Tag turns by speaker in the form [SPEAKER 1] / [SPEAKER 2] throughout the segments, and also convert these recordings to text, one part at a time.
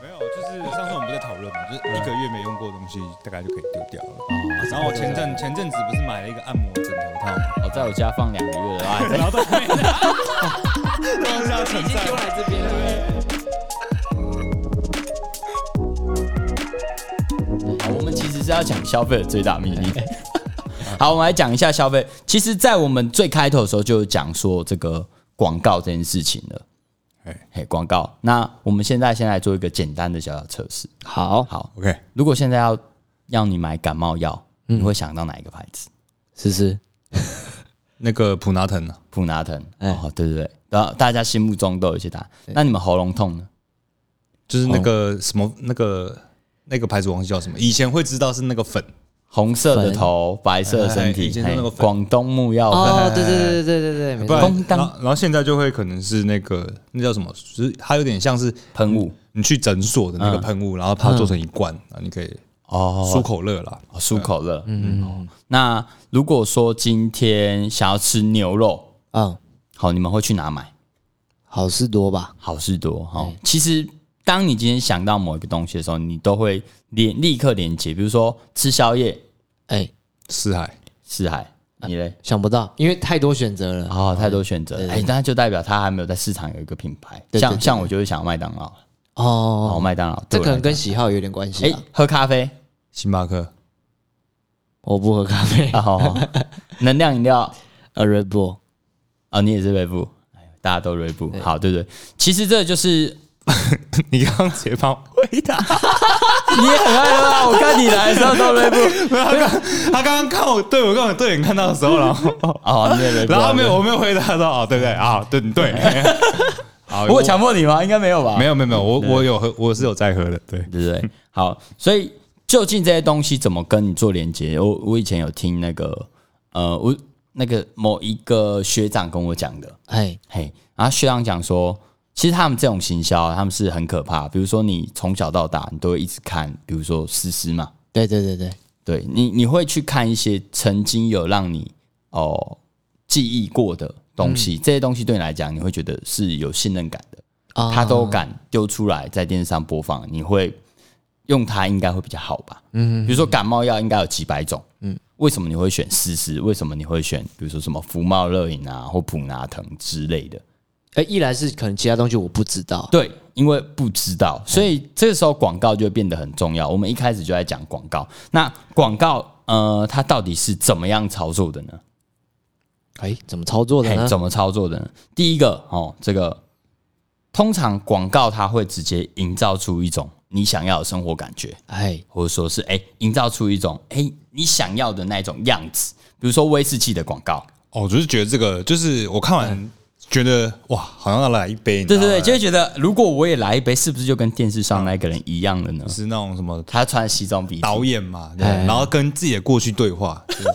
[SPEAKER 1] 没有，就是上次我们不在讨论嘛，就是一个月没用过的东西，大概就可以丢掉了。啊然后我前阵前阵子不是买了一个按摩枕头套嘛，
[SPEAKER 2] 我哦在我家放两个月了，啊
[SPEAKER 1] 然后都没了，都是要存
[SPEAKER 2] 已经
[SPEAKER 1] 在
[SPEAKER 2] 丢。来这边了。好，我们其实是要讲消费的最大秘密。 好，我们来讲一下消费。其实，在我们最开头的时候就有讲说这个广告这件事情了。
[SPEAKER 1] 哎
[SPEAKER 2] 嘿，广告。那我们现在先来做一个简单的小小测试。
[SPEAKER 3] 好，
[SPEAKER 2] 好，
[SPEAKER 1] ，OK，
[SPEAKER 2] 如果现在要要你买感冒药，你会想到哪一个牌子？
[SPEAKER 3] 思思，
[SPEAKER 1] 那个普拿疼啊，
[SPEAKER 2] 普拿疼。
[SPEAKER 3] 哎
[SPEAKER 2] 哦，对对对，然后大家心目中都有一些答案。那你们喉咙痛呢？
[SPEAKER 1] 就是那个什么那个那个牌子我忘记叫什么，以前会知道是那个粉，
[SPEAKER 2] 红色的头，白色的身
[SPEAKER 1] 哎哎
[SPEAKER 2] 体
[SPEAKER 1] 以，前是
[SPEAKER 2] 哎
[SPEAKER 1] 那个粉
[SPEAKER 2] 广东木药粉，
[SPEAKER 3] 哦，对对对对对对对，没
[SPEAKER 1] 不
[SPEAKER 3] 错，
[SPEAKER 1] 然
[SPEAKER 2] 公
[SPEAKER 1] 然
[SPEAKER 2] 当
[SPEAKER 1] 后然后现在就会可能是那个那叫什么，就是它有点像是
[SPEAKER 2] 喷雾
[SPEAKER 1] 你去诊所的那个喷雾，然后它做成一罐，然后你可以
[SPEAKER 2] 哦，
[SPEAKER 1] 漱口乐啦，
[SPEAKER 2] 漱口乐。嗯，那如果说今天想要吃牛肉，
[SPEAKER 3] 嗯，
[SPEAKER 2] 好，你们会去哪买？
[SPEAKER 3] 好事多吧？
[SPEAKER 2] 好事多哈、哦。其实，当你今天想到某一个东西的时候，你都会连立刻连接，比如说吃宵夜，
[SPEAKER 3] 哎，
[SPEAKER 1] 四海。
[SPEAKER 2] 四海，你嘞？
[SPEAKER 3] 想不到，因为太多选择了。
[SPEAKER 2] 哦，太多选择了，哎、那就代表它还没有在市场有一个品牌。
[SPEAKER 3] 对对
[SPEAKER 2] 像
[SPEAKER 3] 对
[SPEAKER 2] 像我就会想要麦当劳，哦，
[SPEAKER 3] 哦，
[SPEAKER 2] 麦当劳，
[SPEAKER 3] 这
[SPEAKER 2] 对我
[SPEAKER 3] 可能
[SPEAKER 2] 来
[SPEAKER 3] 跟喜好有点关系
[SPEAKER 2] 讲哎、
[SPEAKER 3] 啊。
[SPEAKER 2] 喝咖啡，
[SPEAKER 1] 星巴克，
[SPEAKER 3] 我不喝咖啡，
[SPEAKER 2] 啊 好好，好能量饮料，
[SPEAKER 3] 呃，Red Bull，
[SPEAKER 2] 哦，你也是锐步，哎大家都锐步，好，对对，其实这就是
[SPEAKER 1] 你刚刚直接帮我回答，
[SPEAKER 2] 你也很爱喝啊，我看你来的时候都锐步，
[SPEAKER 1] 没有他刚他刚刚看我对我刚好对眼看到的时候， 然后
[SPEAKER 2] 哦，你也锐步，
[SPEAKER 1] 然后他没有，我没有回答到，哦对不对啊？对对， 好
[SPEAKER 2] 对，我有强迫你吗？应该没有吧？
[SPEAKER 1] 没有没有没有，我我有喝，我是有在喝的，对，
[SPEAKER 2] 对不对？好，所以究竟这些东西怎么跟你做连接？我我以前有听那个呃，我那个某一个学长跟我讲的，
[SPEAKER 3] 哎，
[SPEAKER 2] 嘿，然后学长讲说，其实他们这种行销啊，他们是很可怕。比如说你从小到大，你都会一直看，比如说思思嘛，
[SPEAKER 3] 对对对对，
[SPEAKER 2] 对你你会去看一些曾经有让你哦记忆过的东西，这些东西对你来讲，你会觉得是有信任感的。
[SPEAKER 3] 啊
[SPEAKER 2] 他都敢丢出来在电视上播放，你会用它应该会比较好吧？嗯，比如说感冒药应该有几百种，嗯，为什么你会选思思？为什么你会选比如说什么福茂热饮啊或普拿疼之类的？
[SPEAKER 3] 哎，一来是可能其他东西我不知道，
[SPEAKER 2] 对，因为不知道，
[SPEAKER 3] 嗯
[SPEAKER 2] 所以这个时候广告就会变得很重要。我们一开始就在讲广告，那广告呃，它到底是怎么样操作的呢？
[SPEAKER 3] 哎，怎么操作的
[SPEAKER 2] 嘿
[SPEAKER 3] 呢？
[SPEAKER 2] 怎么操作的呢？第一个哦，这个通常广告它会直接营造出一种你想要的生活感觉，
[SPEAKER 3] 哎，
[SPEAKER 2] 或者说是哎，营、造出一种哎、你想要的那种样子。比如说威士忌的广告，
[SPEAKER 1] 哦，我就是觉得这个，就是我看完觉得哇，好像要来一
[SPEAKER 3] 嗯
[SPEAKER 1] 杯，你知
[SPEAKER 2] 对
[SPEAKER 1] 道
[SPEAKER 2] 对对，
[SPEAKER 1] 吗
[SPEAKER 2] 就会觉得如果我也来一杯，是不是就跟电视上那个人一样了呢？
[SPEAKER 3] 嗯
[SPEAKER 1] 是那种什么
[SPEAKER 2] 他穿西装笔挺，
[SPEAKER 1] 导演嘛，对然后跟自己的过去对 话，
[SPEAKER 2] 很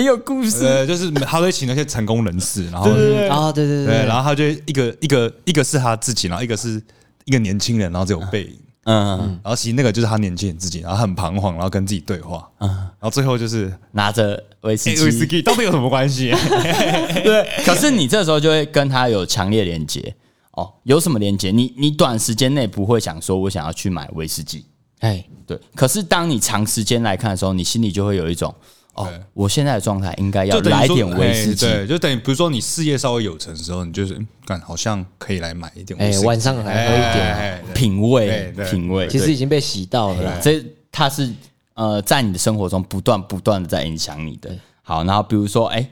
[SPEAKER 2] 哎有故事。
[SPEAKER 1] 呃，就是他会请那些成功人士，然后对
[SPEAKER 3] 啊，对对对
[SPEAKER 1] 然后他就一个一个一个是他自己，然后一个是一个年轻人，然后只有背影。
[SPEAKER 2] 嗯，
[SPEAKER 1] 然后其实那个就是他年轻人自己，然后很彷徨，然后跟自己对话，然后最后就是
[SPEAKER 2] 拿着威士
[SPEAKER 1] 哎，
[SPEAKER 2] 忌，
[SPEAKER 1] 威士忌到底有什么关系？
[SPEAKER 2] 对，可是你这时候就会跟他有强烈连接哦，有什么连接？你你短时间内不会想说我想要去买威士忌，
[SPEAKER 3] 哎，
[SPEAKER 2] 对。可是当你长时间来看的时候，你心里就会有一种哦
[SPEAKER 1] 对，
[SPEAKER 2] 我现在的状态应该要
[SPEAKER 1] 就等于
[SPEAKER 2] 来
[SPEAKER 1] 说
[SPEAKER 2] 点威士忌
[SPEAKER 1] 哎，对，就等于比如说你事业稍微有成的时候，你就是嗯感好像可以来买一点威
[SPEAKER 3] 哎
[SPEAKER 1] 士，忌，
[SPEAKER 3] 晚上来喝一
[SPEAKER 2] 啊
[SPEAKER 3] 点，
[SPEAKER 1] 哎，哎
[SPEAKER 2] 品味
[SPEAKER 1] 对对
[SPEAKER 2] 品味。
[SPEAKER 3] 其实已经被洗到了啦。
[SPEAKER 2] 这它是呃，在你的生活中不断不断的在影响你的。好，然后比如说，哎、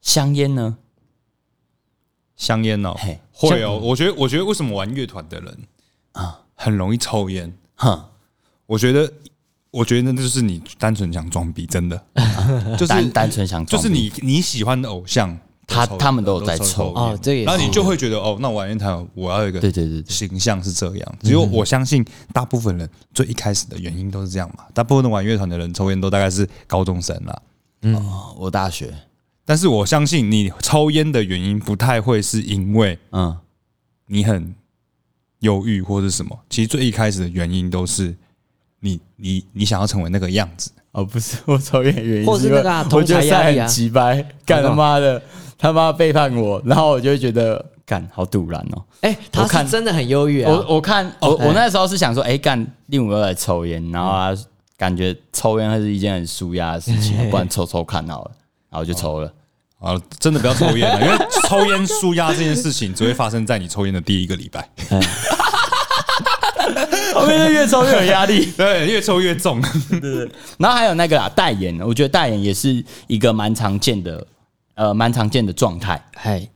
[SPEAKER 2] 香烟呢？
[SPEAKER 1] 香烟哦
[SPEAKER 2] 嘿，
[SPEAKER 1] 会哦，我觉得我觉得为什么玩乐团的人啊很容易抽烟，
[SPEAKER 2] 哼，
[SPEAKER 1] 我觉得我觉得那就是你单纯想装逼，真 的，就是
[SPEAKER 2] 单单纯想
[SPEAKER 1] 就
[SPEAKER 2] 装
[SPEAKER 1] 是
[SPEAKER 2] 逼
[SPEAKER 1] 你你喜欢的偶像，
[SPEAKER 2] 他
[SPEAKER 1] 抽
[SPEAKER 2] 他们都有在抽
[SPEAKER 1] 烟
[SPEAKER 3] 哦这也是
[SPEAKER 1] 然后你就会觉得哦，那玩乐团我要有一个
[SPEAKER 2] 对嗯对对对
[SPEAKER 1] 形象是这样。只有我相信大部分人最一开始的原因都是这样嘛，大部分的玩乐团的人抽烟都大概是高中生啦。
[SPEAKER 2] 哦我大学，
[SPEAKER 1] 但是我相信你抽烟的原因不太会是因为
[SPEAKER 2] 嗯，
[SPEAKER 1] 你很忧郁或是什么，其实最一开始的原因都是你你你想要成为那个样子。
[SPEAKER 2] 哦，不是 我抽烟的原因，
[SPEAKER 3] 或是
[SPEAKER 2] 因为
[SPEAKER 3] 那个啊
[SPEAKER 2] 我觉得
[SPEAKER 3] 同侪压力啊
[SPEAKER 2] 哦很鸡掰，干他妈的，他妈背叛我，然后我就会觉得干好堵然哦。
[SPEAKER 3] 哎，他
[SPEAKER 2] 我看
[SPEAKER 3] 是真的很忧郁啊。
[SPEAKER 2] 我我看我我那时候是想说，哎、干令武要来抽烟，然后啊，感觉抽烟还是一件很舒压的事 情，不然抽抽看好了，然后就抽了。
[SPEAKER 1] 啊，真的不要抽烟了，因为抽烟舒压这件事情只会发生在你抽烟的第一个礼拜。
[SPEAKER 2] 哦 后面就越抽越有压力。
[SPEAKER 1] 对，越抽越重。
[SPEAKER 2] 然后还有那个啦，代言，我觉得代言也是一个蛮常见的，呃，蛮常见的状态。
[SPEAKER 3] 哎，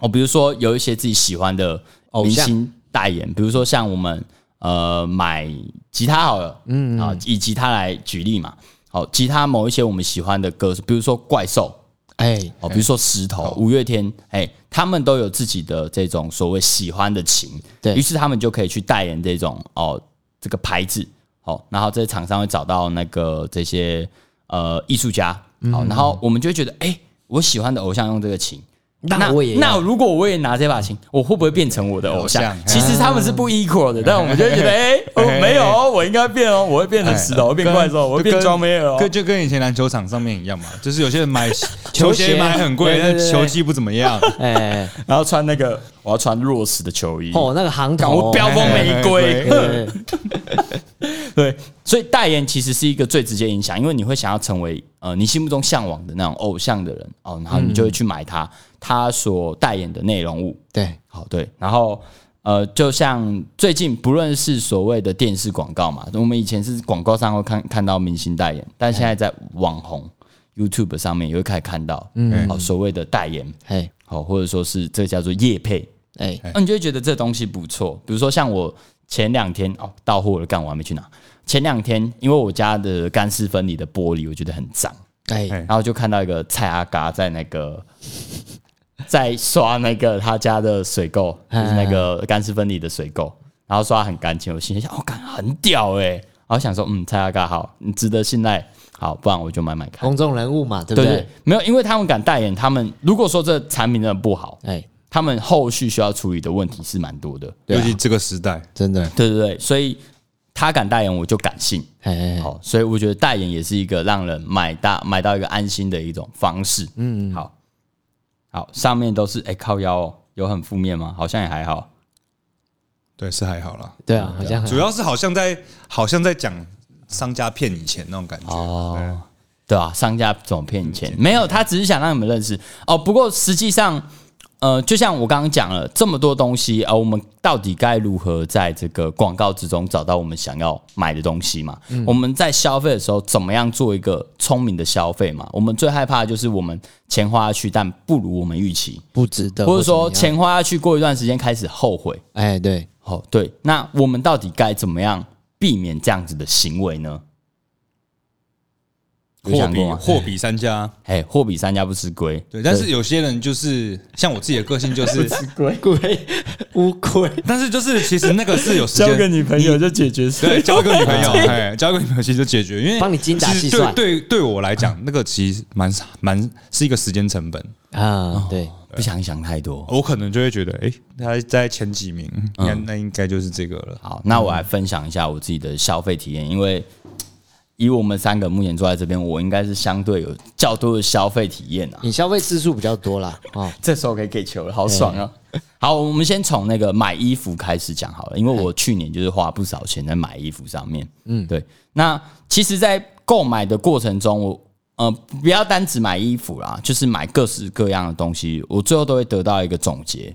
[SPEAKER 2] 哦，比如说有一些自己喜欢的
[SPEAKER 3] 偶
[SPEAKER 2] 明
[SPEAKER 3] 像
[SPEAKER 2] 星代言，比如说像我们呃买吉他好了，嗯，啊，以吉他来举例嘛，好，吉他某一些我们喜欢的歌手，比如说怪兽，
[SPEAKER 3] 哎，
[SPEAKER 2] 哦，比如说石头、五月天，哎，他们都有自己的这种所谓喜欢的琴，
[SPEAKER 3] 对
[SPEAKER 2] 于是他们就可以去代言这种哦这个牌子，好、然后这些厂商会找到那个这些呃艺术家，
[SPEAKER 3] 嗯
[SPEAKER 2] 好、然后我们就会觉得，哎、我喜欢的偶像用这个琴。
[SPEAKER 3] 那我也
[SPEAKER 2] 那
[SPEAKER 3] 要
[SPEAKER 2] 如果我也拿这把琴，我会不会变成我的偶像？
[SPEAKER 1] 偶像
[SPEAKER 2] 其实他们是不 equal
[SPEAKER 3] 嗯
[SPEAKER 2] 的，但我们就会觉得，哎、哦，没有哦，我应该变哦，我 会变成石
[SPEAKER 3] 哎
[SPEAKER 2] 头，我会变怪兽，我会变装妹哦。
[SPEAKER 1] 哎跟就跟以前篮球场上面一样嘛，就是有些人买 球
[SPEAKER 3] 球
[SPEAKER 1] 鞋
[SPEAKER 3] 鞋
[SPEAKER 1] 买很贵，
[SPEAKER 3] 对对
[SPEAKER 1] 但
[SPEAKER 3] 对
[SPEAKER 1] 是
[SPEAKER 3] 对
[SPEAKER 1] 球技不怎么样。
[SPEAKER 3] 哎，
[SPEAKER 2] 然后穿那个，我要穿 Rose 的球衣，
[SPEAKER 3] 哦，那个行
[SPEAKER 2] 干
[SPEAKER 3] 头
[SPEAKER 2] 我飙风玫瑰。
[SPEAKER 3] 对对对
[SPEAKER 2] 对，所以代言其实是一个最直接影响，因为你会想要成为呃你心目中向往的那种偶像的人哦，然后你就会去买他、他所代言的内容物。
[SPEAKER 3] 对，
[SPEAKER 2] 好，对，然后呃，就像最近不论是所谓的电视广告嘛，我们以前是广告上会看看到明星代言，但现在在网红 YouTube 上面也会开始看到，嗯，好所谓的代言，
[SPEAKER 3] 哎
[SPEAKER 2] 好或者说是这叫做业配，
[SPEAKER 3] 哎，
[SPEAKER 2] 那哦你就会觉得这东西不错。比如说像我前两天哦，到货了，干我还没去拿。前两天因为我家的干湿分离的玻璃，我觉得很脏，
[SPEAKER 3] 哎，
[SPEAKER 2] 然后就看到一个蔡阿嘎在那个在刷那个他家的水垢，就是那个干湿分离的水垢，然后刷得很干净。我心里想，哦，干很屌哎、然后想说，嗯，蔡阿嘎好，你值得信赖，好，不然我就买买看。
[SPEAKER 3] 公众人物嘛，对不
[SPEAKER 2] 哎对
[SPEAKER 3] 对
[SPEAKER 2] 对？，没有，因为他们敢代言，他们如果说这产品真的不好，
[SPEAKER 3] 哎，
[SPEAKER 2] 他们后续需要处理的问题是蛮多的。
[SPEAKER 3] 对
[SPEAKER 1] 尤
[SPEAKER 3] 啊
[SPEAKER 1] 其这个时代，
[SPEAKER 3] 真的，
[SPEAKER 2] 对对对，所以他敢代言，我就敢信。
[SPEAKER 3] 哎哎，哎
[SPEAKER 2] 好，所以我觉得代言也是一个让人买大买到一个安心的一种方式。嗯，好，好，上面都是哎、靠腰哦，有很负面吗？好像也还好。
[SPEAKER 1] 对是还好啦。
[SPEAKER 3] 对啊，好像很
[SPEAKER 1] 主要是好像在好像在讲商家骗你钱那种感觉。
[SPEAKER 2] 哦，对啊，商家怎么骗你钱？
[SPEAKER 3] 嗯
[SPEAKER 2] 没有，他只是想让你们认识哦。不过实际上，呃，就像我刚刚讲了，这么多东西，呃，我们到底该如何在这个广告之中找到我们想要买的东西嘛？
[SPEAKER 3] 嗯
[SPEAKER 2] 我们在消费的时候，怎么样做一个聪明的消费嘛？我们最害怕的就是我们钱花下去，但不如我们预期，
[SPEAKER 3] 不值得，
[SPEAKER 2] 或者说
[SPEAKER 3] 怎么样，
[SPEAKER 2] 钱花下去，过一段时间开始后悔。
[SPEAKER 3] 哎，对，
[SPEAKER 2] 哦，对，那我们到底该怎么样避免这样子的行为呢？有
[SPEAKER 1] 货
[SPEAKER 2] 想
[SPEAKER 1] 比
[SPEAKER 2] 过吗？
[SPEAKER 1] 货比三家，
[SPEAKER 2] 哎，货比三家不吃亏。
[SPEAKER 1] 对，但是有些人就是像我自己的个性就是，
[SPEAKER 3] 鬼 鬼乌龟，
[SPEAKER 1] 但是就是其实那个是有时间
[SPEAKER 2] 女朋友就解决 事。
[SPEAKER 1] 对，交一个女朋友，哎，交一个女朋友其实就解决，因为
[SPEAKER 3] 帮你精打
[SPEAKER 1] 其实
[SPEAKER 3] 细算
[SPEAKER 1] 对对，对我来讲，那个其实蛮蛮是一个时间成本，
[SPEAKER 3] 啊，对，
[SPEAKER 2] 不想想太多。
[SPEAKER 1] 我可能就会觉得，哎，他在前几名，
[SPEAKER 3] 嗯
[SPEAKER 1] 那那应该就是这个了。
[SPEAKER 2] 好，那我来分享一下我自己的消费体验，因为以我们三个目前坐在这边，我应该是相对有较多的消费体验啊。
[SPEAKER 3] 你消费次数比较多啦，哦，
[SPEAKER 2] 这时候可以给球了，好爽啊！好，我们先从那个买衣服开始讲好了，因为我去年就是花不少钱在买衣服上面。嗯，对。那其实，在购买的过程中，我呃不要单只买衣服啦，就是买各式各样的东西，我最后都会得到一个总结。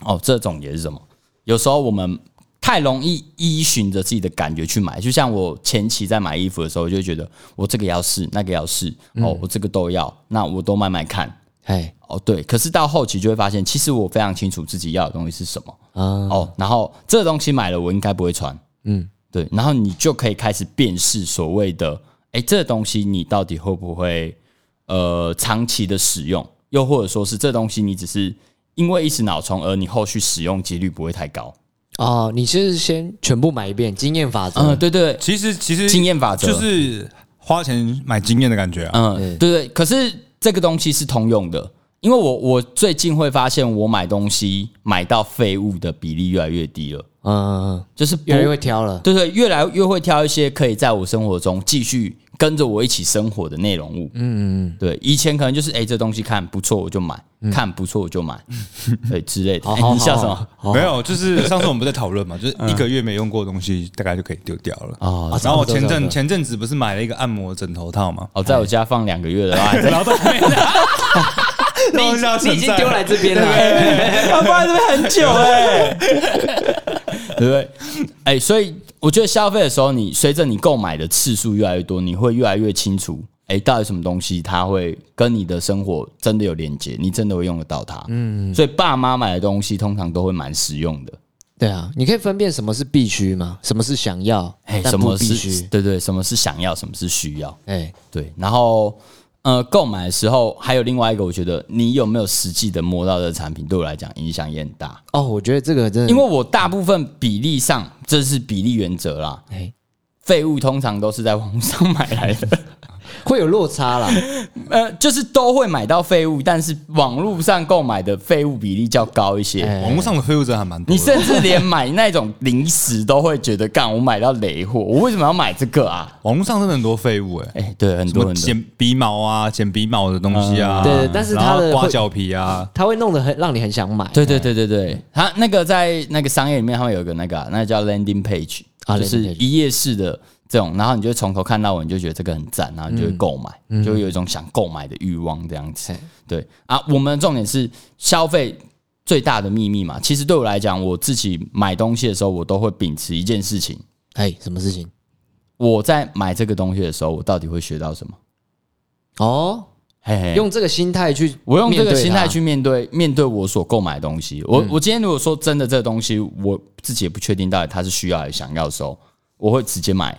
[SPEAKER 2] 哦，这总结是什么？有时候我们太容易依循着自己的感觉去买，就像我前期在买衣服的时候，我就会觉得我这个也要试，那个也要试，哦，我这个都要，那我都买买看。
[SPEAKER 3] 哎
[SPEAKER 2] 哦，对，可是到后期就会发现，其实我非常清楚自己要的东西是什么。
[SPEAKER 3] 啊，
[SPEAKER 2] 哦，然后这个东西买了，我应该不会穿。
[SPEAKER 3] 嗯，
[SPEAKER 2] 对，然后你就可以开始辨识所谓的，哎，这个东西你到底会不会呃长期的使用，又或者说是这东西你只是因为一时脑冲，而你后续使用几率不会太高。
[SPEAKER 3] 哦，你是先全部买一遍，经验法
[SPEAKER 2] 嗯、
[SPEAKER 3] 则，
[SPEAKER 2] 对对，
[SPEAKER 1] 其实其实
[SPEAKER 2] 经验法则
[SPEAKER 1] 就是花钱买经验的感觉啊。
[SPEAKER 2] 嗯，对对。可是这个东西是通用的，因为我我最近会发现，我买东西买到废物的比例越来越低了，
[SPEAKER 3] 嗯，
[SPEAKER 2] 就是不
[SPEAKER 3] 越来越挑了，
[SPEAKER 2] 对对，越来越会挑一些可以在我生活中继续跟着我一起生活的内容物。
[SPEAKER 3] 嗯，嗯
[SPEAKER 2] 对，以前可能就是哎、这东西看不错我就买，看不错我就 买，对之类的。
[SPEAKER 3] 好
[SPEAKER 2] 哎
[SPEAKER 3] 好
[SPEAKER 2] 你笑
[SPEAKER 3] 好
[SPEAKER 2] 什么？
[SPEAKER 3] 好
[SPEAKER 1] 没有，就是上次我们不是在讨论 嘛，就是一个月没用过的东西，大概就可以丢掉了。
[SPEAKER 2] 哦
[SPEAKER 1] 然后我前
[SPEAKER 3] 嗯差不多差不
[SPEAKER 1] 阵
[SPEAKER 3] 多
[SPEAKER 1] 前阵子不是买了一个按摩枕头套嘛，
[SPEAKER 2] 哦，
[SPEAKER 3] 哎
[SPEAKER 2] 在我家放两个月了，还在
[SPEAKER 1] 然后都没了，
[SPEAKER 3] 你
[SPEAKER 1] 都要
[SPEAKER 3] 已经你
[SPEAKER 1] 存
[SPEAKER 3] 已经
[SPEAKER 1] 在
[SPEAKER 3] 丢来这边了，
[SPEAKER 2] 他放在这边很久哎、 对不对？哎、所以我觉得消费的时候，你随着你购买的次数越来越多，你会越来越清楚，哎、到底什么东西它会跟你的生活真的有连接，你真的会用得到它。嗯，所以爸妈买的东西通常都会蛮实用的。
[SPEAKER 3] 对啊，你可以分辨什么是必须吗？什么是想要，
[SPEAKER 2] 哎、
[SPEAKER 3] 但
[SPEAKER 2] 什
[SPEAKER 3] 不
[SPEAKER 2] 么
[SPEAKER 3] 必
[SPEAKER 2] 是
[SPEAKER 3] 须？
[SPEAKER 2] 对对，什么是想要，什么是需要？
[SPEAKER 3] 哎，
[SPEAKER 2] 对，然后呃，购买的时候还有另外一个，我觉得你有没有实际的摸到的产品，对我来讲影响也很大。
[SPEAKER 3] 哦，我觉得这个真的，
[SPEAKER 2] 因为我大部分比例上，这是比例原则啦。
[SPEAKER 3] 哎
[SPEAKER 2] 废物通常都是在网上买来的，
[SPEAKER 3] 会有落差啦。
[SPEAKER 2] 呃，就是都会买到废物，但是网络上购买的废物比例较高一些。
[SPEAKER 3] 哎
[SPEAKER 1] 网络上的废物者还蛮多
[SPEAKER 2] 你
[SPEAKER 1] 的。
[SPEAKER 2] 甚至连买那种零食都会觉得，干我买到雷货，我为什么要买这个啊？
[SPEAKER 1] 网络上真的很多废物哎、
[SPEAKER 2] 哎、对，很
[SPEAKER 1] 什
[SPEAKER 2] 多
[SPEAKER 1] 么
[SPEAKER 2] 很多
[SPEAKER 1] 剪鼻毛啊、剪鼻毛的东西啊，
[SPEAKER 3] 嗯对但是
[SPEAKER 1] 然后
[SPEAKER 3] 它的
[SPEAKER 1] 刮
[SPEAKER 3] 会
[SPEAKER 1] 脚皮啊，
[SPEAKER 3] 它会弄得很让你很想买。
[SPEAKER 2] 对对对对对，他那个在那个商业里面，他们有一个那个啊、那个叫 landing page，、
[SPEAKER 3] 啊
[SPEAKER 2] 就是
[SPEAKER 3] landing page
[SPEAKER 2] 一页式的这种，然后你就会从头看到尾，你就觉得这个很赞，然后你就会购买，就会有一种想购买的欲望这样子
[SPEAKER 3] 嘿。
[SPEAKER 2] 对啊，我们的重点是消费最大的秘密嘛。其实对我来讲，我自己买东西的时候，我都会秉持一件事情：
[SPEAKER 3] 哎，什么事情？
[SPEAKER 2] 我在买这个东西的时候，我到底会学到什么？
[SPEAKER 3] 哦，
[SPEAKER 2] 嘿嘿，
[SPEAKER 3] 用这个心态去，
[SPEAKER 2] 我用这个心态去，面对面对我所购买的东西。
[SPEAKER 3] 嗯
[SPEAKER 2] 我、我今天如果说真的这个东西，我自己也不确定到底它是需要还是想要的时候，我会直接买。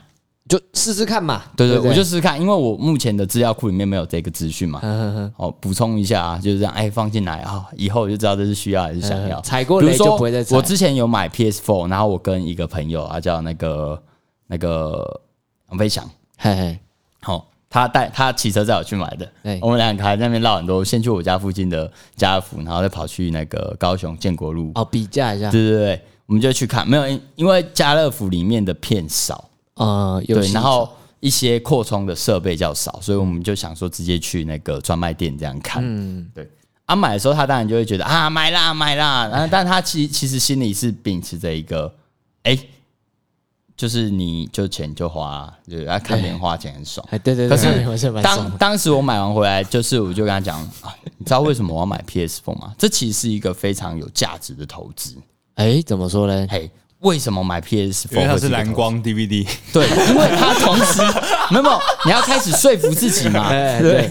[SPEAKER 3] 就试试看嘛。
[SPEAKER 2] 对对
[SPEAKER 3] 对不对，嗯
[SPEAKER 2] 我就试试看，因为我目前的资料库里面没有这个资 讯嘛。
[SPEAKER 3] 呵呵呵
[SPEAKER 2] 哦，补充一下啊，就是这样，哎、放进来啊、以后我就知道这是需要还是想要。
[SPEAKER 3] 嗯踩过
[SPEAKER 2] 比
[SPEAKER 3] 雷
[SPEAKER 2] 如
[SPEAKER 3] 就
[SPEAKER 2] 说
[SPEAKER 3] 不会再踩。
[SPEAKER 2] 我之前有买 PS4，然后我跟一个朋友啊叫那个那个杨飞翔，
[SPEAKER 3] 嘿嘿，
[SPEAKER 2] 好、他带他骑车载我去买的，
[SPEAKER 3] 对
[SPEAKER 2] 我们两个还在那边绕很多，先去我家附近的家乐福，然后再跑去那个高雄建国路，
[SPEAKER 3] 哦，比价一下，
[SPEAKER 2] 对对对，我们就去看，没有，因因为家乐福里面的片少，
[SPEAKER 3] 呃，有
[SPEAKER 2] 对，
[SPEAKER 3] 戏
[SPEAKER 2] 然后一些扩充的设备较少，所以我们就想说直接去那个专卖店这样看，嗯，对。啊，买的时候他当然就会觉得啊，买啦买啦，然后但他其其实心里是秉持着一个，哎、就是你就钱就花啊、对，啊，看别人花钱很爽。
[SPEAKER 3] 哎，对对对，
[SPEAKER 2] 可是
[SPEAKER 3] 我是蛮爽
[SPEAKER 2] 当
[SPEAKER 3] 的
[SPEAKER 2] 当时我买完回来，就是我就跟他讲、啊，你知道为什么我要买 PS Four 吗？这其实是一个非常有价值的投资。
[SPEAKER 3] 哎，怎么说呢？
[SPEAKER 2] 嘿，为什么买 PS
[SPEAKER 1] 因为
[SPEAKER 2] Four
[SPEAKER 1] 它是蓝光 DVD，
[SPEAKER 2] 对，因为它同时没有没有，你要开始说服自 己嘛。
[SPEAKER 3] 哎
[SPEAKER 2] 对，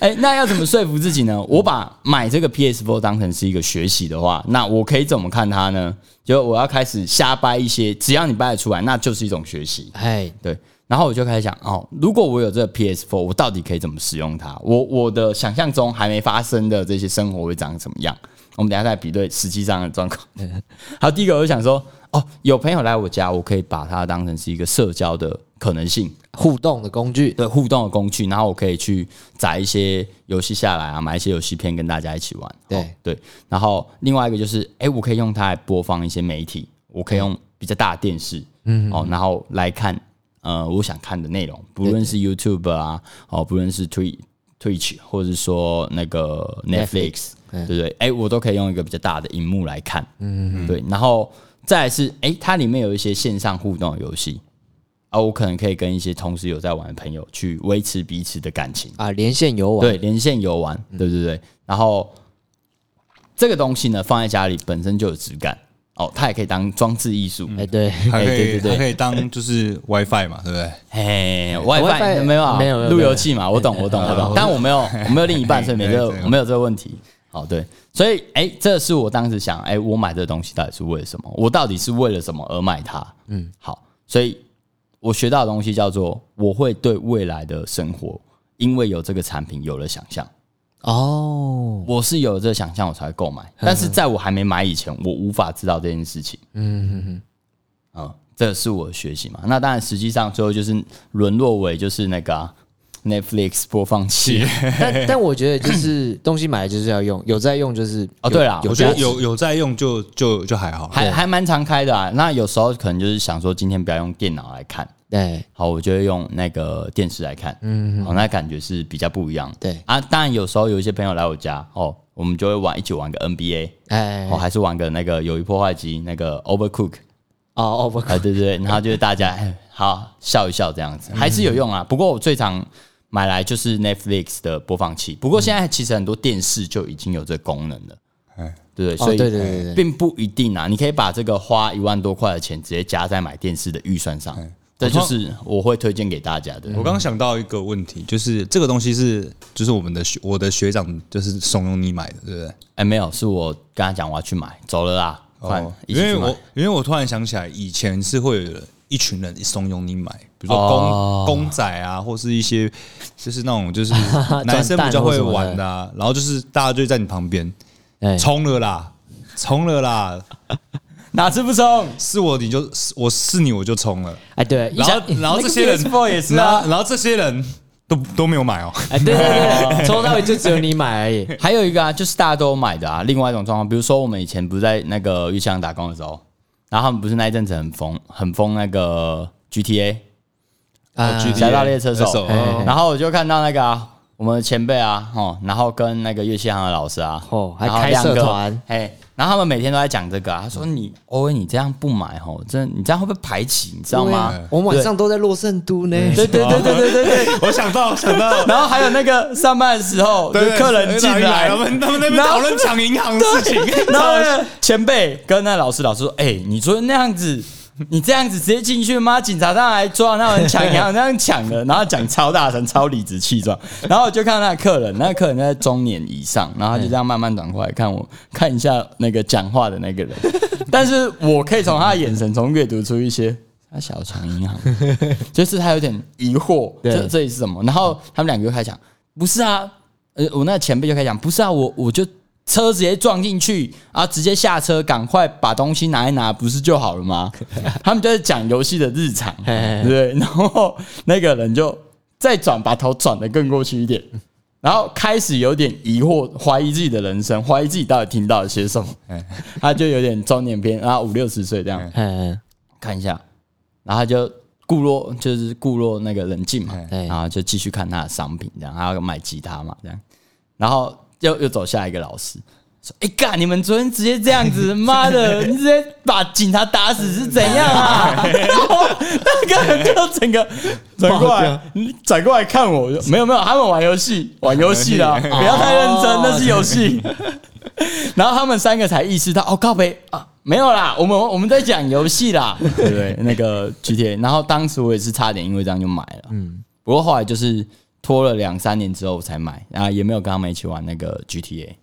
[SPEAKER 2] 哎、那要怎么说服自己呢？我把买这个 PS Four 当成是一个学习的话，那我可以怎么看它呢？就我要开始瞎掰一些，只要你掰得出来，那就是一种学习。
[SPEAKER 3] 哎，
[SPEAKER 2] 对，然后我就开始想，哦，如果我有这个 PS4，我到底可以怎么使用它？我我的想象中还没发生的这些生活会长怎么样？我们等一下再比对实际上的状况。 好，第一个我就想说，哦，有朋友来我家，我可以把它当成是一个社交的可能性，
[SPEAKER 3] 互动的工具，
[SPEAKER 2] 对互动的工具，然后我可以去载一些游戏下来啊，买一些游戏片跟大家一起玩。
[SPEAKER 3] 对
[SPEAKER 2] 哦对，然后另外一个就是，哎、我可以用它来播放一些媒体，我可以用比较大的电视，嗯，哦，然后来看呃我想看的内容，不论是 YouTube 啊，哦，不论是 Twi- Twitch 或者说那个 Netflix，对不对？哎、我都可以用一个比较大的荧幕来看，嗯，对，然后再来是，哎、它里面有一些线上互动的游戏。啊，我可能可以跟一些同时有在玩的朋友去维持彼此的感情，
[SPEAKER 3] 啊，连线游玩，嗯
[SPEAKER 2] 对，连线游玩，对对对。然后这个东西呢，放在家里本身就有质感，哦，它也可以当装置艺术。
[SPEAKER 3] 哎，对，
[SPEAKER 1] 它可以
[SPEAKER 2] 对对对
[SPEAKER 1] 它可以当就是 WiFi 嘛，对不对？
[SPEAKER 2] 嘿
[SPEAKER 3] 哦 WiFi
[SPEAKER 2] ，WiFi 没有啊，
[SPEAKER 3] 没有没有哦
[SPEAKER 2] 路由器嘛，我懂我懂我懂，但我没有我没有另一 半，所以没这个
[SPEAKER 1] 对对
[SPEAKER 2] 我没有这个问题。好，对，所以哎、这是我当时想，哎、我买这个东西到底是为了什么？我到底是为了什么而买它？嗯，好，所以我学到的东西叫做，我会对未来的生活，因为有这个产品有了想象。
[SPEAKER 3] 哦，
[SPEAKER 2] 我是有这个想象，我才会购买。但是在我还没买以前，我无法知道这件事情。嗯嗯，这是我的学习嘛。那当然，实际上最后就是沦落为就是那个啊、 Netflix 播放器。
[SPEAKER 3] 但但我觉得就是东西买了就是要用，有在用就是
[SPEAKER 2] 哦对啦
[SPEAKER 3] 有
[SPEAKER 2] 我
[SPEAKER 1] 我觉
[SPEAKER 2] 觉
[SPEAKER 1] 得
[SPEAKER 2] 得
[SPEAKER 3] 价值
[SPEAKER 1] 有有在用就就就还好。
[SPEAKER 2] 还还蛮常开的啊。那有时候可能就是想说，今天不要用电脑来看，
[SPEAKER 3] 对
[SPEAKER 2] 好，我就会用那个电视来看，嗯，好，那感觉是比较不一样的。
[SPEAKER 3] 对，
[SPEAKER 2] 啊，当然有时候有一些朋友来我家，哦，我们就会玩一起玩个 NBA，
[SPEAKER 3] 哎
[SPEAKER 2] 哦，还是玩个那个《友谊破坏机》那个 Overcook
[SPEAKER 3] 哦哦不
[SPEAKER 2] 啊，对对对，然后就是大家哎好笑一笑这样子，还是有用啊。不过我最常买来就是 Netflix 的播放器，不过现在其实很多电视就已经有这功能了，
[SPEAKER 1] 哎
[SPEAKER 2] 对不对？
[SPEAKER 3] 哦
[SPEAKER 2] 所以
[SPEAKER 3] 对对对对对
[SPEAKER 2] 并不一定啊，你可以把这个花一万多块的钱直接加在买电视的预算
[SPEAKER 1] 哎
[SPEAKER 2] 上，这就是我会推荐给大家的。
[SPEAKER 1] 我刚刚想到一个问题，就是这个东西是就是我们的学我的学长就是怂恿你买的，对不对？
[SPEAKER 2] 哎，没有，是我跟他讲我要去买，走了啦，快
[SPEAKER 1] 哦，
[SPEAKER 2] 一
[SPEAKER 1] 因
[SPEAKER 2] 起去
[SPEAKER 1] 为
[SPEAKER 2] 买
[SPEAKER 1] 我。因为我突然想起来，以前是会有一群人怂恿你买，比如说公、
[SPEAKER 2] 哦
[SPEAKER 1] 公仔啊，或是一些就是那种就是男生比较会玩的、啊，然后就是大家就在你旁边
[SPEAKER 3] 哎
[SPEAKER 1] 冲了啦，冲了啦，
[SPEAKER 2] 哪次不冲？
[SPEAKER 1] 是我你就是我是你我就冲了，
[SPEAKER 3] 哎对，
[SPEAKER 1] 然后然后这些人
[SPEAKER 2] 那个 PS4 也是啊
[SPEAKER 1] 然后然后这些人都都没有买哦，
[SPEAKER 3] 哎对对对 对，从头到尾就只有你买而已。
[SPEAKER 2] 还有一个啊，就是大家都有买的啊。另外一种状况，比如说我们以前不是在那个玉香打工的时候，然后他们不是那一阵子很疯，很疯那个 GTA
[SPEAKER 3] 啊
[SPEAKER 1] 哦 GTA
[SPEAKER 2] 侠盗猎车手，
[SPEAKER 1] 车手哦
[SPEAKER 2] 然后我就看到那个啊，我们的前辈啊，哦，然后跟那个乐器行的老师啊，
[SPEAKER 3] 哦还
[SPEAKER 2] 然后
[SPEAKER 3] 开
[SPEAKER 2] 亮哥
[SPEAKER 3] 社团，
[SPEAKER 2] 哎，然后他们每天都在讲这个啊，他说你欧文你这样不买哦，真的你这样会不会排挤？你知道吗？
[SPEAKER 3] 啊我晚上都在洛圣都呢。
[SPEAKER 2] 对对对对对对对。。
[SPEAKER 1] 我想到我想到
[SPEAKER 2] 然后还有那个上班的时候，就
[SPEAKER 1] 对对
[SPEAKER 2] 客人
[SPEAKER 3] 哎
[SPEAKER 1] 对
[SPEAKER 2] 进来，
[SPEAKER 1] 他们他们在那边
[SPEAKER 2] 然后
[SPEAKER 1] 讨论抢银行的事情，
[SPEAKER 2] 然后那个前辈跟那老师，老师说：“哎、你昨天那样子，你这样子直接进去吗？警察上来抓，那人抢一样那样抢的，然后讲超大声，超理直气 壮。然后我就看那个客人，那个客人在中年以上，然后他就这样慢慢转过来看我， 看一下那个讲话的那个人。但是我可以从他的眼神中阅读出一些。”他小强银行，就是他有点疑惑，
[SPEAKER 3] 对
[SPEAKER 2] 这这里是什么？然后他们两个就开始讲，不是啊，呃，我那前辈就开始讲，不是啊，我我就车直接撞进去啊，直接下车，赶快把东西拿一拿，不是就好了 吗？他们就在讲游戏的日常，
[SPEAKER 3] 嘿
[SPEAKER 2] 对
[SPEAKER 3] 嘿
[SPEAKER 2] 不对？然后那个人就再转，把头转的更过去一点，然后开始有点疑惑，怀疑自己的人生，怀疑自己到底听到了些什么，他就有点中年偏，然啊后五六十岁这样，
[SPEAKER 3] 嗯，
[SPEAKER 2] 看一下，然后他就固若就是固若那个冷静嘛，
[SPEAKER 3] 对
[SPEAKER 2] 然后就继续看他的商品，这样他要买吉他嘛，这样，然后又又走下一个老师。说：“哎、干！你们昨天直接这样 子，妈的！你直接把警察打死是怎样啊？” 然后那个人就整个转过来，嗯转过来看我，我就没有没有，他们玩游戏，玩游戏 啦，不要太认真，那是游 戏。然后他们三个才意识到，哦，靠北啊，没有啦，我们我们在讲游戏啦，对不对？那个 GTA，然后当时我也是差点因为这样就买了，嗯，不过后来就是拖了两三年之后我才买，啊，也没有跟他们一起玩那个 GTA。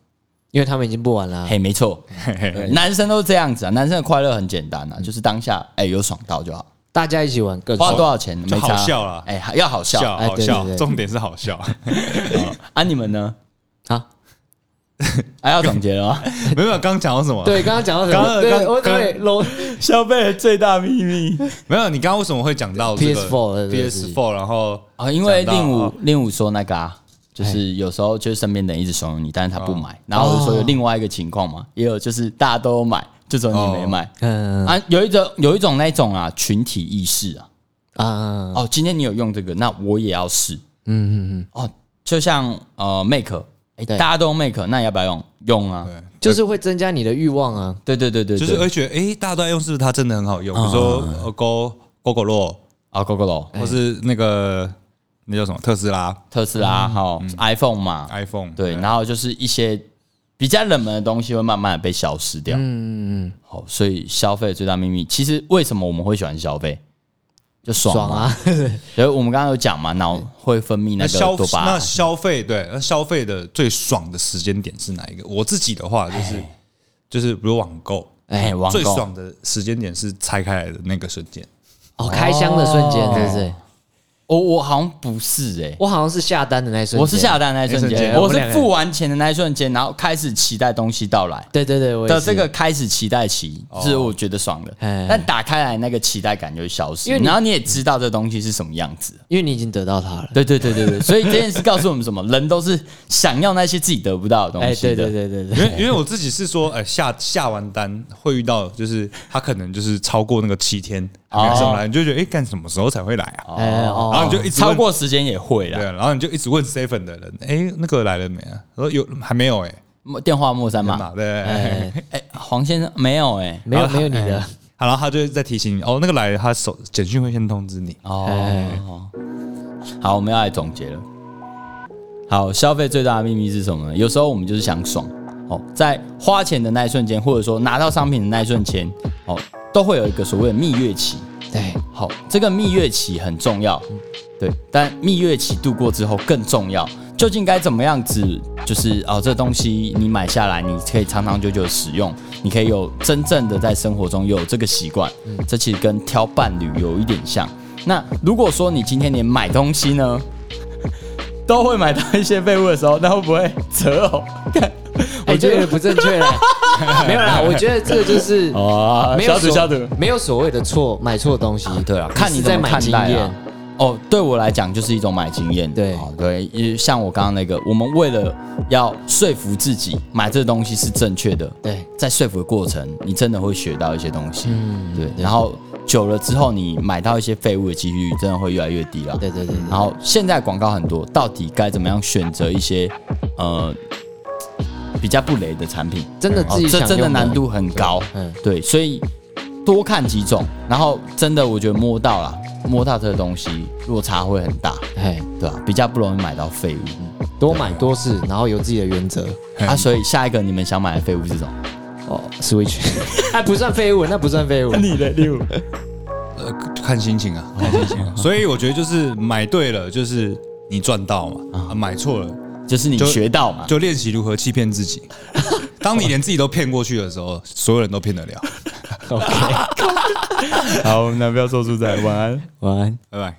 [SPEAKER 3] 因为他们已经不玩了。
[SPEAKER 2] 嘿，没错，对男生都是这样子啊，男生的快乐很简单啊，就是当下哎、有爽到就好，
[SPEAKER 3] 大家一起玩更
[SPEAKER 2] 花多
[SPEAKER 3] 爽。
[SPEAKER 2] 少钱
[SPEAKER 1] 嗯就
[SPEAKER 2] 没
[SPEAKER 1] 好
[SPEAKER 2] 差，
[SPEAKER 1] 笑啦
[SPEAKER 2] 哎、要好笑
[SPEAKER 1] 笑
[SPEAKER 3] 哎
[SPEAKER 1] 好
[SPEAKER 3] 对
[SPEAKER 1] 笑
[SPEAKER 3] 对对，
[SPEAKER 1] 重点是好笑。
[SPEAKER 2] 啊，你们呢？
[SPEAKER 3] 啊？
[SPEAKER 2] 还、要总结了 吗？
[SPEAKER 1] 没有，没有刚刚讲到什么？
[SPEAKER 3] 对，刚刚讲到什
[SPEAKER 1] 刚刚
[SPEAKER 3] 么？对，
[SPEAKER 1] 刚
[SPEAKER 3] 我
[SPEAKER 1] 刚
[SPEAKER 3] 对楼
[SPEAKER 2] 消费的最大秘密
[SPEAKER 1] 没有，你刚刚为什么会讲到
[SPEAKER 3] PS4 的这个事情
[SPEAKER 1] PS4？然后
[SPEAKER 2] 啊，因为
[SPEAKER 1] 讲到
[SPEAKER 2] 令武
[SPEAKER 1] 哦哎
[SPEAKER 2] 令武说那个啊，就是有时候就是身边的人一直怂恿你，但是他不买，然后我
[SPEAKER 1] 哦
[SPEAKER 2] 就说有另外一个情况嘛，也有就是大家都有买，就只有你
[SPEAKER 1] 哦
[SPEAKER 2] 没买
[SPEAKER 3] 嗯
[SPEAKER 2] 啊，有一种有一种那种啊群体意识啊，
[SPEAKER 3] 啊
[SPEAKER 2] 哦，今天你有用这个，那我也要试，嗯嗯嗯，哦，就像呃 Make，哎，
[SPEAKER 3] 对
[SPEAKER 2] 大家都用 Make，那要不要用？用啊，
[SPEAKER 1] 对
[SPEAKER 3] 就是会增加你的欲望啊。
[SPEAKER 2] 对对对对，
[SPEAKER 1] 就是
[SPEAKER 2] 对
[SPEAKER 1] 会觉得，哎，大家都在用，是不是它真的很好用？比如说 Go Go Go 洛，
[SPEAKER 2] 啊 g o g o o
[SPEAKER 1] 或是那个那叫什么特斯拉、
[SPEAKER 2] 特斯拉哈，iPhone 嘛，
[SPEAKER 1] iPhone，
[SPEAKER 2] 对，然后就是一些比较冷门的东西会慢慢的被消失掉。嗯嗯嗯。好，所以消费的最大秘密，其实为什么我们会喜欢消费？就爽
[SPEAKER 3] 爽
[SPEAKER 2] 嘛！
[SPEAKER 3] 啊！
[SPEAKER 2] 所以我们刚刚有讲嘛，脑会分泌那
[SPEAKER 1] 那消
[SPEAKER 2] 个多巴
[SPEAKER 1] 那
[SPEAKER 2] 胺。
[SPEAKER 1] 消费对，那消费的最爽的时间点是哪一个？我自己的话就是就是比如网购，
[SPEAKER 2] 哎，网
[SPEAKER 1] 最
[SPEAKER 2] 购
[SPEAKER 1] 爽的时间点是拆开来的那个瞬间。
[SPEAKER 3] 哦哦，开箱的瞬间，
[SPEAKER 2] 哦
[SPEAKER 3] 对不对？
[SPEAKER 2] 我我好像不是哎、
[SPEAKER 3] 我好像是下单的那一瞬间，
[SPEAKER 2] 我是下单那一瞬
[SPEAKER 4] 那一瞬
[SPEAKER 2] 间，
[SPEAKER 4] 间
[SPEAKER 2] 我
[SPEAKER 3] 我们
[SPEAKER 2] 是
[SPEAKER 3] 两个人
[SPEAKER 2] 付完钱的那一瞬间，然后开始期待东西到来
[SPEAKER 3] 对对对，我也
[SPEAKER 2] 的
[SPEAKER 3] 是
[SPEAKER 2] 这个开始期待期，是我觉得爽的。
[SPEAKER 3] 哎
[SPEAKER 2] 但打开来那个期待感就会消失，
[SPEAKER 3] 因为你
[SPEAKER 2] 然后你也知道这东西是什么样子。
[SPEAKER 3] 因为你已经得到它了。
[SPEAKER 2] 对对对对对， 所以这件事告诉我们什么？人都是想要那些自己得不到的
[SPEAKER 3] 哎，
[SPEAKER 2] 东西
[SPEAKER 3] 对
[SPEAKER 2] 的。
[SPEAKER 3] 对对对对
[SPEAKER 1] 因，为因为我自己是说，呃，下下完单会遇到，就是他可能就是超过那个七天还没上来，你就觉得哎，干、什么时候才会来啊？
[SPEAKER 3] 哎
[SPEAKER 1] 然
[SPEAKER 3] 哦，
[SPEAKER 1] 后你就一直
[SPEAKER 2] 超
[SPEAKER 1] 问
[SPEAKER 2] 过时间也会
[SPEAKER 1] 对
[SPEAKER 2] 啦。
[SPEAKER 1] 啊，然后你就一直问 seven 的人，哎，那个来了没啊？他说有还没有哎、
[SPEAKER 2] 电话莫三
[SPEAKER 1] 干
[SPEAKER 2] 嘛？
[SPEAKER 1] 嘛？对对对
[SPEAKER 3] 哎，
[SPEAKER 2] 哎、黄先生没有哎、
[SPEAKER 3] 没有没有你的，
[SPEAKER 1] 好然后他就在提醒你，哦，那个来了，他手简讯会先通知你。
[SPEAKER 2] 哦，好，我们要来总结了。好，消费最大的秘密是什么呢？有时候我们就是想爽哦，在花钱的那一瞬间，或者说拿到商品的那一瞬间，哦，都会有一个所谓的蜜月期。
[SPEAKER 3] 对，
[SPEAKER 2] 好，这个蜜月期很重要，对，但蜜月期度过之后更重要。究竟该怎么样子？就是哦，这东西你买下来，你可以长长久久使用，你可以有真正的在生活中有这个习惯。这其实跟挑伴侣有一点像。那如果说你今天连买东西呢， 都会买到一些废物的时候，那会不会择偶？ 看
[SPEAKER 3] 哎，这个不正确 了，没有啦，我觉得这个就是
[SPEAKER 2] 哦
[SPEAKER 3] 没有
[SPEAKER 2] 消毒
[SPEAKER 3] 所
[SPEAKER 2] 消毒
[SPEAKER 3] 没有所谓的错，买错东西，
[SPEAKER 2] 对啊，看
[SPEAKER 3] 你
[SPEAKER 2] 你
[SPEAKER 3] 是
[SPEAKER 2] 怎
[SPEAKER 3] 在
[SPEAKER 2] 么
[SPEAKER 3] 买
[SPEAKER 2] 看
[SPEAKER 3] 经
[SPEAKER 2] 待啊
[SPEAKER 3] 验。。
[SPEAKER 2] 哦，对我来讲就是一种买经验。
[SPEAKER 3] 对
[SPEAKER 2] 哦、对，因为像我刚刚那个，我们为了要说服自己买这东西是正确的，
[SPEAKER 3] 对，
[SPEAKER 2] 在说服的过程，你真的会学到一些东西。嗯，对。然后久了之后，你买到一些废物的几率真的会越来越低了。
[SPEAKER 3] 对对对对
[SPEAKER 2] 然后现在广告很多，到底该怎么样选择一些呃比较不雷的产品？哦
[SPEAKER 3] 真的自己
[SPEAKER 2] 这
[SPEAKER 3] 想
[SPEAKER 2] 真的
[SPEAKER 3] 用的
[SPEAKER 2] 难度很高。
[SPEAKER 3] 嗯
[SPEAKER 2] 嗯，对，所以多看几种，然后真的我觉得摸到了，摸到这个东西落差会很大，
[SPEAKER 3] 哎，
[SPEAKER 2] 对吧、比较不容易买到废物。
[SPEAKER 3] 多买多试，然后有自己的原则。
[SPEAKER 2] 啊，所以下一个你们想买的废物是什么？
[SPEAKER 3] 哦，Switch，哎， 不算废物，那不算废 物。
[SPEAKER 2] 你的六
[SPEAKER 1] 呃，看心情啊，看心情、啊。 所以我觉得就是买对了，就是你赚到嘛；啊、买错了，
[SPEAKER 2] 就是你
[SPEAKER 1] 就
[SPEAKER 2] 学到嘛，
[SPEAKER 1] 就练习如何欺骗自己。当你连自己都骗过去的时候，所有人都骗得了。
[SPEAKER 2] 好，我们男票说出在晚安。
[SPEAKER 3] 晚安。
[SPEAKER 1] 拜拜。